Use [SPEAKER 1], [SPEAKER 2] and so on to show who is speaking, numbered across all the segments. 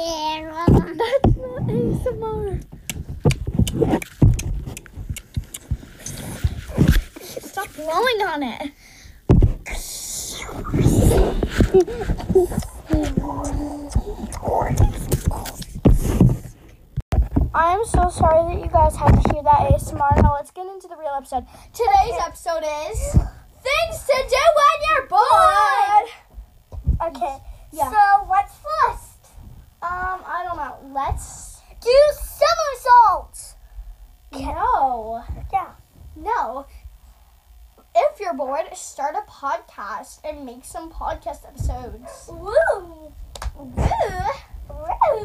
[SPEAKER 1] That's not ASMR. Stop blowing on it.
[SPEAKER 2] I'm so sorry that you guys had to hear that ASMR. Now let's get into the real episode.
[SPEAKER 1] Today's episode is things to do when you're bored.
[SPEAKER 2] Okay.
[SPEAKER 1] Yeah.
[SPEAKER 2] So what's first? Um, I don't know. Let's.
[SPEAKER 1] Do somersaults. No.
[SPEAKER 2] Oh. Yeah.
[SPEAKER 1] No. If you're bored, start a podcast and make some podcast episodes.
[SPEAKER 2] Woo.
[SPEAKER 1] Woo.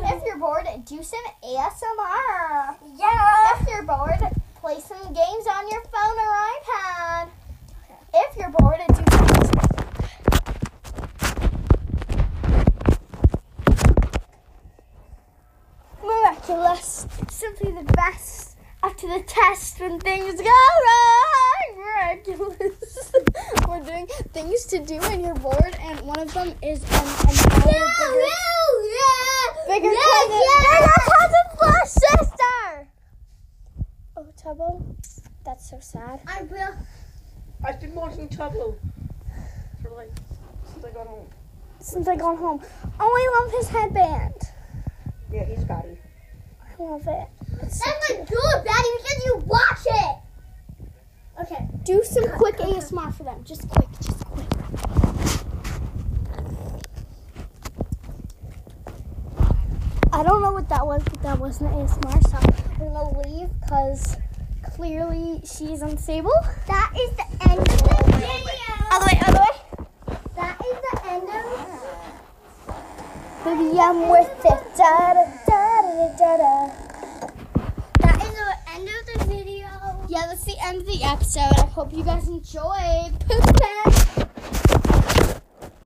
[SPEAKER 1] If you're bored, do some ASMR. Yeah. If you're bored, play some games on your phone or iPad. If you're bored, do
[SPEAKER 2] Miraculous. Simply the best.
[SPEAKER 1] after the test when things go wrong. Miraculous. We're doing things to do when you're bored, and one of them is an entire bigger, bigger cousin, bigger cousin plus sister.
[SPEAKER 2] Oh, Tubbo. That's so sad.
[SPEAKER 1] I will.
[SPEAKER 3] I've been watching Trouble for like since I got home.
[SPEAKER 2] Since I got home. Oh, I love his headband.
[SPEAKER 3] Yeah, he's batty.
[SPEAKER 2] I love it.
[SPEAKER 1] That's my good, Daddy, because you watch it.
[SPEAKER 2] Okay. Do some quick ASMR for them. Just quick. Just quick. I don't know what that was, but that wasn't ASMR, so I'm gonna leave because clearly she's unstable.
[SPEAKER 1] That is the end of the video.
[SPEAKER 2] Other way, other way.
[SPEAKER 1] That is the end of.
[SPEAKER 2] Baby, I'm worth it. Da da da da da da.
[SPEAKER 1] That is the end of the video.
[SPEAKER 2] Yeah, that's the end of the episode. I hope you guys enjoyed. Poop test.